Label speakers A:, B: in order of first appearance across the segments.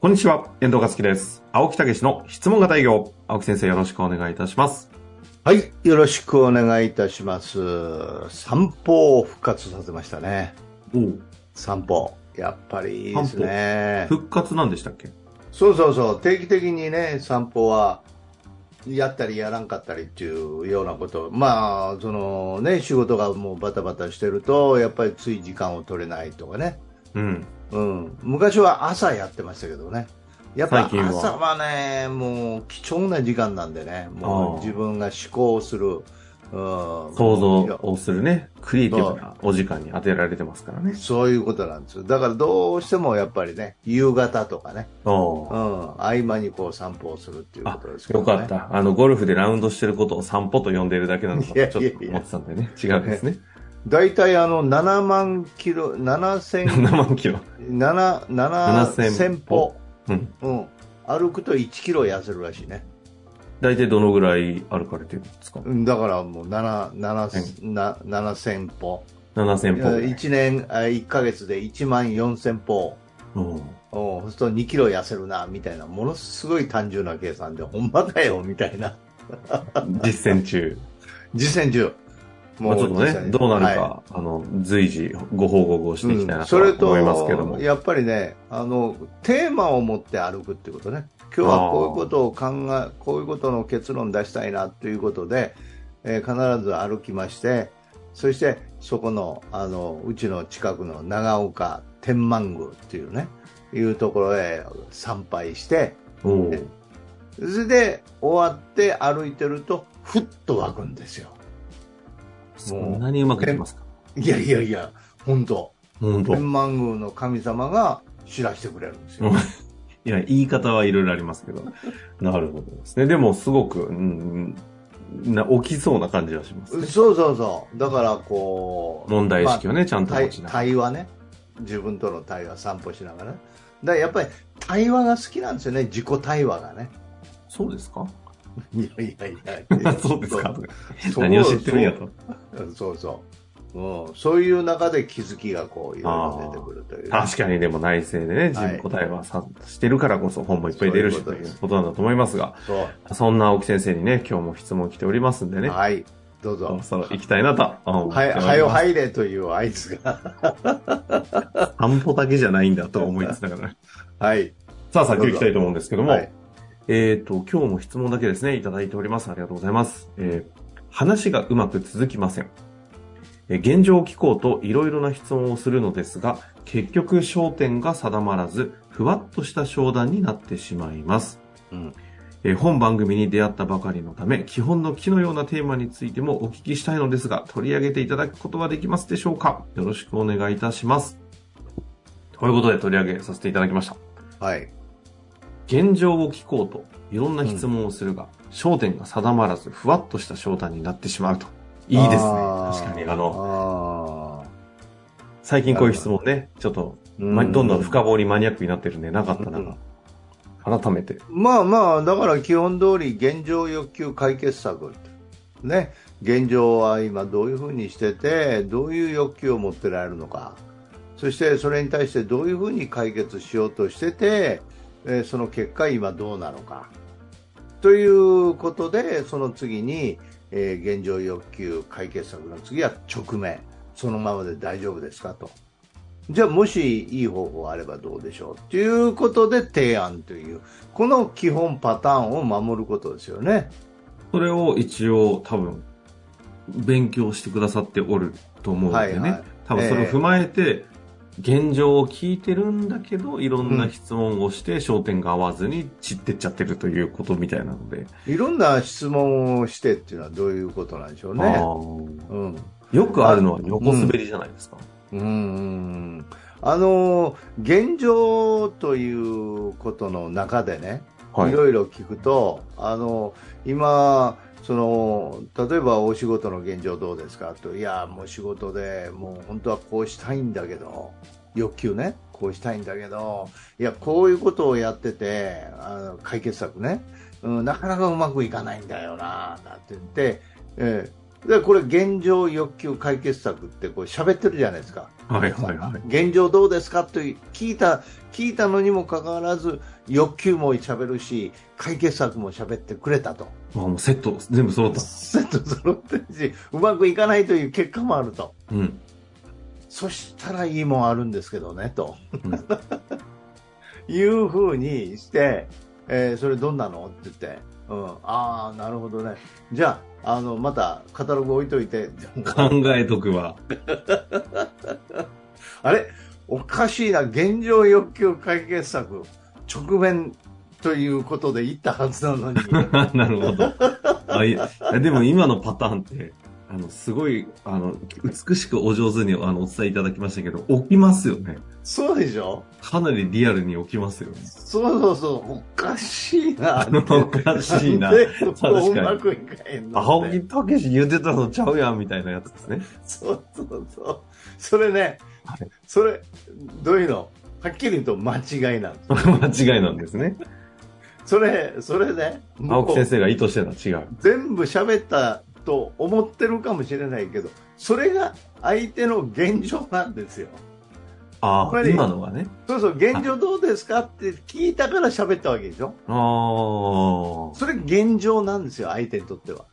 A: こんにちは、遠藤和樹です。青木武の質問型営業。青木先生、よろしくお願いいたします。
B: はい、よろしくお願いいたします。散歩を復活させましたね。
A: お
B: 散歩。やっぱりいいですね。
A: 復活なんでしたっけ
B: そうそうそう。定期的にね、散歩は、やったりやらんかったりっていうようなこと。まあ、そのね、仕事がもうバタバタしてると、やっぱりつい時間を取れないとかね。
A: うん。
B: うん、昔は朝やってましたけどね、やっぱ朝はね、もう貴重な時間なんでね、もう自分が思考する、
A: うん、想像をするね、クリエイティブなお時間に当てられてますからね。
B: そういうことなんですよ、だからどうしてもやっぱりね、夕方とかね、
A: うん、
B: 合間にこう散歩をするっていうことですけど、
A: ね、よかった、あのゴルフでラウンドしてることを散歩と呼んでいるだけなのかちょっと思ってたんでね、違うんですね。
B: 大体あの7万キロ、7000
A: 7万キロ、
B: 7 7000歩、
A: うん、
B: うん、歩くと1キロ痩せるらしいね。
A: 大体どのぐらい歩かれてるんですか
B: だからもう7、7、な7000歩。
A: 7000歩。
B: 1年、1ヶ月で1万4000歩。
A: うん。
B: そうすると2キロ痩せるな、みたいな、ものすごい単純な計算で、ほんまだよ、みたいな。
A: 実践中。
B: 実践中。
A: もうちょっとね、どうなるか、はい、あの、随時ご報告をしていきたいなと思いますけども。うん、
B: やっぱりね、あの、テーマを持って歩くってことね。今日はこういうことを考え、こういうことの結論出したいなということで、えー、必ず歩きまして、そして、そこの、あの、うちの近くの長岡天満宮っていうね、いうところへ参拝して、それで終わって歩いてると、ふっと湧くんですよ。
A: そんなにうまくいきますか
B: いやいやいや、本当
A: 本当
B: 天満宮の神様が知らせてくれるんですよ。
A: いや、言い方はいろいろありますけ ど。なるほどですね。でも、すごく、うん、な起きそうな感じはします、ね、
B: そうそうそう。だから、こ
A: う。問題意識をね、まあ、ちゃんと持ちな
B: がら。対話ね。自分との対話、散歩しながら。だからやっぱり、対話が好きなんですよね。自己対話がね。
A: そうですか
B: いやいやいやいや
A: そうですか何を知ってるんやと。
B: そうそう。うん、そういう中で気づきがこういろいろ出てくるという、ね、
A: 確かにでも内政でね、自分答えはさ、はい、してるからこそ本もいっぱい出るしということなんだと思いますが、
B: そ
A: そんな青木先生にね、今日も質問来ておりますんでね。
B: はい。どうぞ。
A: そろ行きたいなと
B: 思っております。はよ入れという合図が。
A: 散歩だけじゃないんだと思いつつながら、ね。
B: はい。
A: さあ、早速行きたいと思うんですけども、はいえっ、ー、と、今日も質問だけですね、いただいております。ありがとうございます。えー、話がうまく続きません。えー、現状を聞こうといろいろな質問をするのですが、結局焦点が定まらず、ふわっとした商談になってしまいます。
B: うん。
A: えー、本番組に出会ったばかりのため、基本の木のようなテーマについてもお聞きしたいのですが、取り上げていただくことはできますでしょうかよろしくお願いいたします。ということで取り上げさせていただきました。
B: はい。
A: 現状を聞こうといろんな質問をするが、うん、焦点が定まらずふわっとした焦点になってしまうといいですね確かにあの最近こういう質問ねちょっと、ま、どんどん深掘りマニアックになってるんでなかったなが、うん、改めて
B: まあまあだから基本通り現状欲求解決策ね現状は今どういうふうにしててどういう欲求を持ってられるのかそしてそれに対してどういうふうに解決しようとしててえその結果、今どうなのか。ということで、その次に、えー、現状欲求解決策の次は直面、そのままで大丈夫ですかと。じゃあ、もしいい方法あればどうでしょうということで提案という、この基本パターンを守ることですよね。
A: それを一応、多分勉強してくださっておると思うのでね、はいはい、多分それを踏まえて、えー現状を聞いてるんだけど、いろんな質問をして焦点が合わずに散ってっちゃってるということみたいなので。
B: いろんな質問をしてっていうのはどういうことなんでしょうね。うん、
A: よくあるのは横滑りじゃないですか。
B: うん。うんあの、現状ということの中でね、はい、いろいろ聞くと、あの、今、その例えばお仕事の現状どうですかといやもう仕事でもう本当はこうしたいんだけど欲求ねこうしたいんだけどいやこういうことをやっててあの解決策ね、うん、なかなかうまくいかないんだよななんて言って、えー、でこれ現状欲求解決策ってこう喋ってるじゃないですか
A: はいはいはい。
B: 現状どうですかという聞いた聞いたのにもかかわらず欲求も喋るし解決策も喋ってくれたと
A: まあもうセット全部揃った。
B: セット揃ってるしうまくいかないという結果もあると
A: うん。
B: そしたらいいもんあるんですけどねと
A: うん
B: いうふうにして、えーそれどんなのって言って、うん、ああ、なるほどね。じゃあ、あの、またカタログ置いといて、でも
A: 考えとくわ。
B: あれおかしいな、現状欲求解決策、直面ということで言ったはずな のに。
A: なるほど。あいやでも今のパターンって、あの、すごい、あの、美しくお上手にあのお伝えいただきましたけど、起きますよね。
B: そうでしょ
A: かなりリアルに起きますよね。
B: そうそうそう、おかしいな。
A: おかし いな
B: で
A: 確かに
B: うまくいかへんのって
A: 青木武志言ってたのちゃうやんみたいなやつですね。
B: そうそうそう。それね
A: は、
B: それ、どういうのはっきり言うと間違いなんです
A: 間違いなんですね。
B: それ、それね、
A: 青木先
B: も
A: 生が意図してた違う
B: う。全部喋ったと思ってるかもしれないけど、それが相手の現状なんですよ。
A: あ
B: こ
A: あ、
B: れ
A: 今のはね。
B: そうそう、現状どうですかって聞いたから喋ったわけでしょ
A: ああ。
B: それ現状なんですよ、相手にとっては。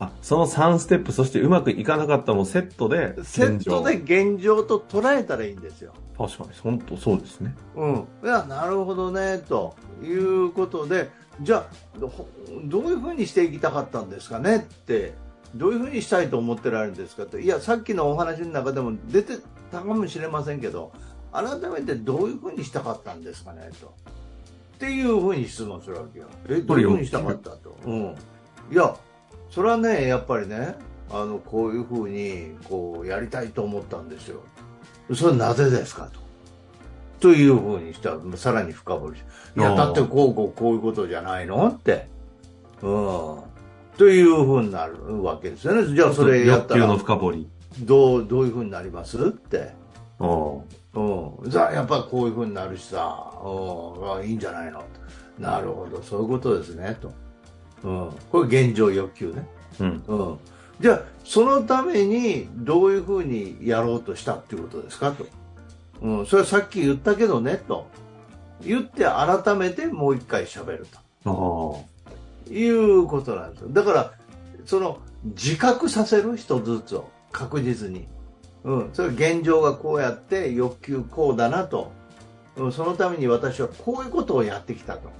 A: あ、その3ステップ、そしてうまくいかなかったもセットで、
B: セットで
A: 現
B: 現状と捉えたらいいんですよ。
A: 状。確かに、本当そうですね。
B: うん。いや、なるほどね、ということで、じゃあ、どどういうふうにしていきたかったんですかねって、どういうふうにしたいと思ってられるんですかって、いや、さっきのお話の中でも出てたかもしれませんけど、改めてどういうふうにしたかったんですかねと。っていうふうに質問するわけよ。え、どういうふうにしたかったと。うん。いや、それはね、やっぱりね、あの、こういうふうに、こう、やりたいと思ったんですよ。それはなぜですかと。というふうにしたら、さらに深掘りしていや、
A: あー
B: だってこうこうこういうことじゃないのって。うん。というふうになるわけですよね。じゃあそれやっ
A: 欲
B: た
A: 求の
B: ら、
A: 深掘り。
B: どう、どういうふうになりますって。
A: ああ。
B: うん。じゃあやっぱこういうふうになるしさ、うんあ、いいんじゃないのなるほど、そういうことですね、と。うん。これ現状欲求ね。
A: うん。
B: うん。じゃあ、そのためにどういうふうにやろうとしたっていうことですかと。うん、それはさっき言ったけどね、と。言って改めてもう一回喋る
A: ああ。
B: ということなんですよ。だから、その自覚させる人ずつを確実に。うん、それは現状がこうやって欲求こうだなと。うん、そのために私はこういうことをやってきたと。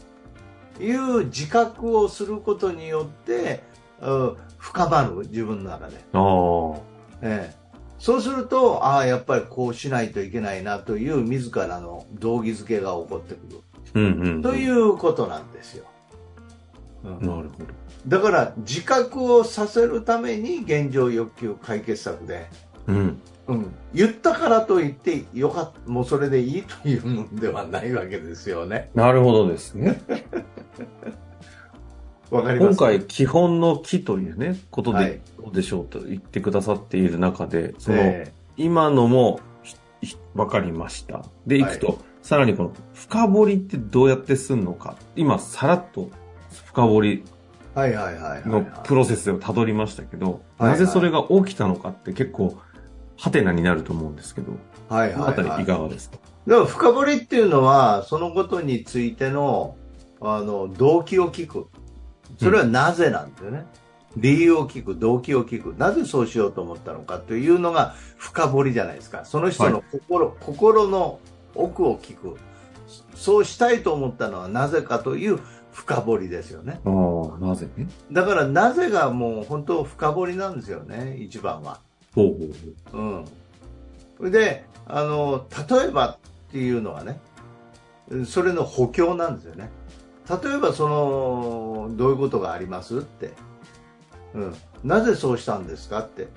B: いう自覚をすることによって、うん、深まる自分の中で。
A: ああ。
B: ええ、そうすると、ああ、やっぱりこうしないといけないなという自らの動機づけが起こってく
A: うんうんうん。。
B: るといううことなんですよ。うん
A: なるほど。
B: だから自覚をさせるために現状欲求解決策で、
A: うん。
B: うん、言ったからといってよかっもうそれでいいというものではないわけですよね。
A: なるほどですね。
B: わかりま
A: 今
B: す
A: 回、基本の木というね、ことで、
B: はい
A: どうでしょうと言ってくださっている中で、その、
B: え
A: 今のもひ、ひわかりました。で、い
B: はい
A: くと、さらにこの、深掘りってどうやってすんのか。今、さらっと、深掘り
B: えはいはいはいはい、
A: の
B: はい
A: プロセスをたどりましたけど、
B: はい
A: なぜそれが起きたのかって結構、ハテナになると思うんですけど、
B: はい
A: この
B: は
A: あ
B: い
A: たり
B: はい
A: いかがですか
B: だから深掘りっていうのはそのことについてのあの動機を聞くそれはなぜなんだよね、理由を聞く動機を聞くなぜそうしようと思ったのかというのが深掘りじゃないですかその人の心,、心の奥を聞くそうしたいと思ったのはなぜかという深掘りですよね
A: ああ、なぜね。
B: だからなぜがもう本当深掘りなんですよね一番は
A: ほうほうほう。
B: うん、それであの例えばっていうのはねうんそれの補強なんですよね例えばそのどういうことがありますって、うん、なぜそうしたんですかって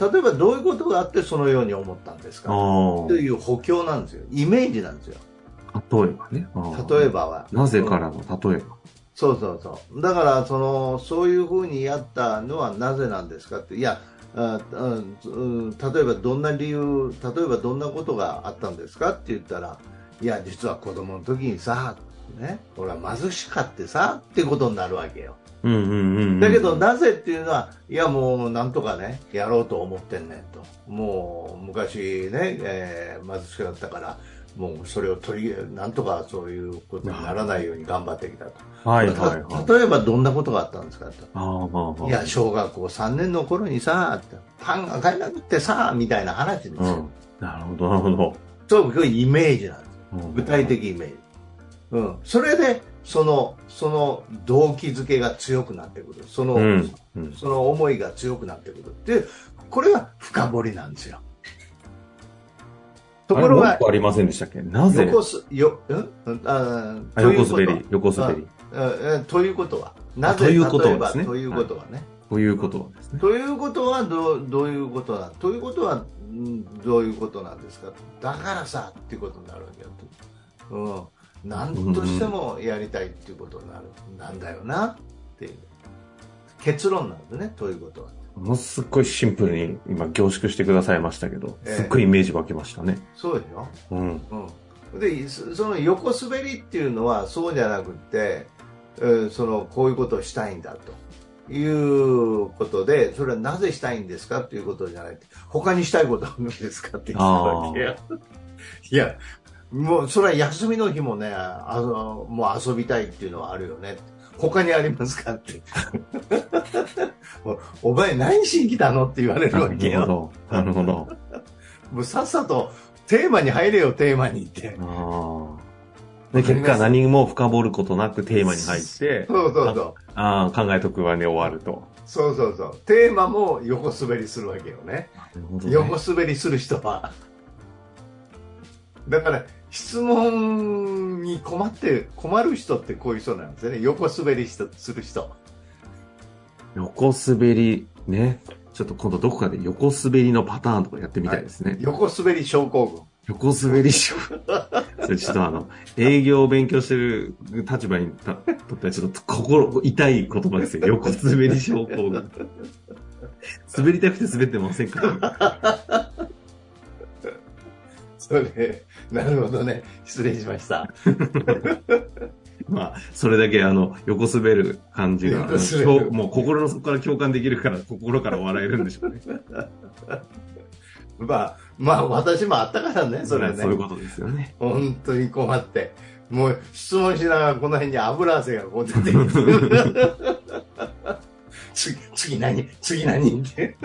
B: 例えばどういうことがあってそのように思ったんですか
A: あ
B: という補強なんですよイメージなんですよ
A: あ、例えばね。ああ
B: 例え。ばは
A: なぜからの例えば。
B: そうそうそう。だから、その、そういうふうにやったのはなぜなんですかって、いや、あうんうん例えばどんな理由、例えばどんなことがあったんですかって言ったら、いや、実は子供の時にさ、ね、俺は貧しかってさってことになるわけよ。
A: うんうんうんうん。
B: だけど、なぜっていうのは、いや、もうなんとかね、やろうと思ってんねんと、もう昔ね、えー貧しかったから、もうそれを取り、なんとかそういうことにならないように頑張ってきたと、
A: はいはいはい。
B: た 例えばどんなことがあったんですかと、
A: ああ、まあまあ。
B: いや、小学校3年の頃にさ、ってパンが買えなくてさ、みたいな話ですよ。
A: うん。なるほど、なるほど。
B: そういうイメージなんです。
A: うん
B: 具体。的イメージ。うん。それで、その、その動機づけが強くなってくる。その、
A: うん。うん
B: その思いが強くなってくるっていう、これが深掘りなんですよ。ところ
A: あれ
B: が
A: もう一、個ありませんでしたっけなぜ
B: 横す、よ、んあー
A: あ
B: という
A: 横
B: ことは
A: 滑り、横滑り。
B: うんうんということは。なぜ、
A: ということは
B: 例えば
A: ですね
B: ということはね。
A: ということはですね。
B: ということはどうどういうことなんということはうんどういうことなんですかだからさっていうことになるわけよと、うん、何としてもやりたいっていうことになる、なんだよなっていう結論なんですねということは
A: ものすごいシンプルに今凝縮してくださいましたけど、
B: ええ
A: すっごいイメージ湧きましたね。
B: そうでしょ
A: うん。
B: うん、でそその横滑りっていうのはそうじゃなくって、えーそのこういうことをしたいんだということでそれはなぜしたいんですかっていうことじゃない他にしたいことはあるんですかって聞いたわけよ いやもうそれは休みの日もねあのもう遊びたいっていうのはあるよね他にありますかって おお前何しに来たのって言われる
A: な
B: わけ
A: るほ
B: よ
A: ど。なるほど。
B: もうさっさとテーマに入れよテーマにって
A: ああ。で、結果何も深掘ることなくテーマに入って、
B: そうそうそう
A: ああ、考えとくわね、終わると。
B: そうそうそう。テーマも横滑りするわけよね。
A: なるほど、
B: 横滑りする人は。だから、質問に困って、困る人ってこういう人なんですよね。横滑りしたする人。
A: 横滑り、ね。ちょっと今度どこかで横滑りのパターンとかやってみたいですね。
B: 横滑り症候群。
A: 横滑り症。 それちょっとあの、営業を勉強してる立場にたとってはちょっと心痛い言葉ですよ。横滑り症候群。滑りたくて滑ってませんから。
B: それ、 なるほどね。失礼しました。
A: まあ、それだけあの、横滑る感じが、あ
B: 横
A: の
B: 滑る
A: 共もう心の底から共感できるから、心から笑えるんでしょうね。
B: まあ、まあ、私もあったからね、 それは
A: そういう
B: ね。
A: ことですよね。
B: 本当に困って。もう質問しながらこの辺に油汗がこう出てきて 次、次何次何って。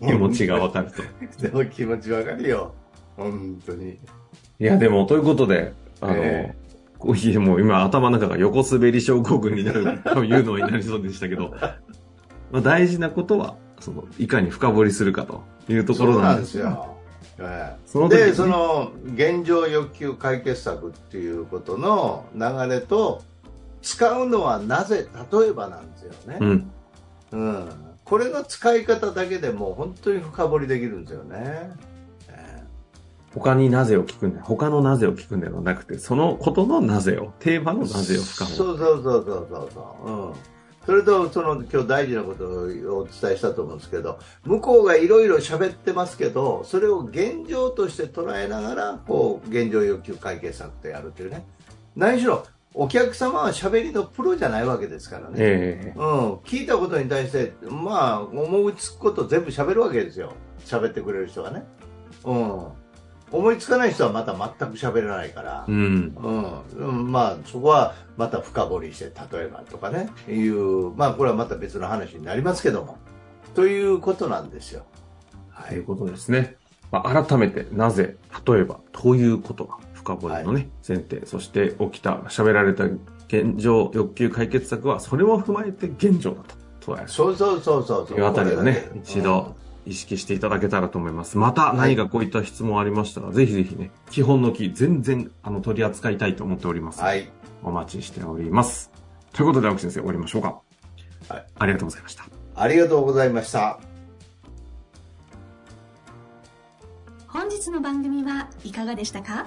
A: 気持ちがわかると。
B: でも気持ちわかるよ。本当に。
A: いや、でも、ということで、あの、
B: え
A: こういえもう今頭の中が横滑り症候群になるというのになりそうでしたけど、 まあ大事なことは、その、いかに深掘りするかというところなんです
B: そう
A: よ。
B: ええ
A: その時に
B: で、その、現状欲求解決策っていうことの流れと、使うのはなぜ、例えばなんですよ
A: う
B: ね。
A: ん。
B: うん。これの使い方だけでもう本当に深掘りできるんですよね。え
A: 他になぜを聞くんだよ。他のなぜを聞くんではなくて、そのことのなぜを、テーマの
B: え
A: なぜを深掘る。
B: そうそうそうそうそうそう。うん。それと、その、今日大事なことをお伝えしたと思うんですけど、向こうがいろいろ喋ってますけど、それを現状として捉えながら、こう、現状要求解決策とやるというね。何しろ、お客様は喋りのプロじゃないわけですからね。
A: ええ
B: うん。聞いたことに対して、まあ、思いつくこと全部喋るわけですよ。喋ってくれる人がね。うん。思いつかない人はまた全く喋らないから。
A: うん。
B: うん、まあそこはまた深掘りして例えばとかねいうまあこれはまた別の話になりますけどもということなんですよ。は
A: という
B: い、
A: ことですね。まあ、改めて、なぜ、例えば、ということが、深掘りのね、前提、そして起きた、喋られた現状、欲求解決策は、それも踏まえて現状だと捉える。
B: そうそうそうそう
A: と
B: そう。
A: いうあたりをね
B: これだ、け
A: 一度、意識していただけたらと思います。また何かこういった質問ありましたら、ぜひぜひね、基本の木、全然あの取り扱いたいと思っておりま
B: う
A: す。
B: んはい、
A: お待ちしております。ということで、青木先生、終わりましょうか。
B: はい。
A: ありがとうございました。
B: ありがとうございました。
C: 本日の番組はいかがでしたか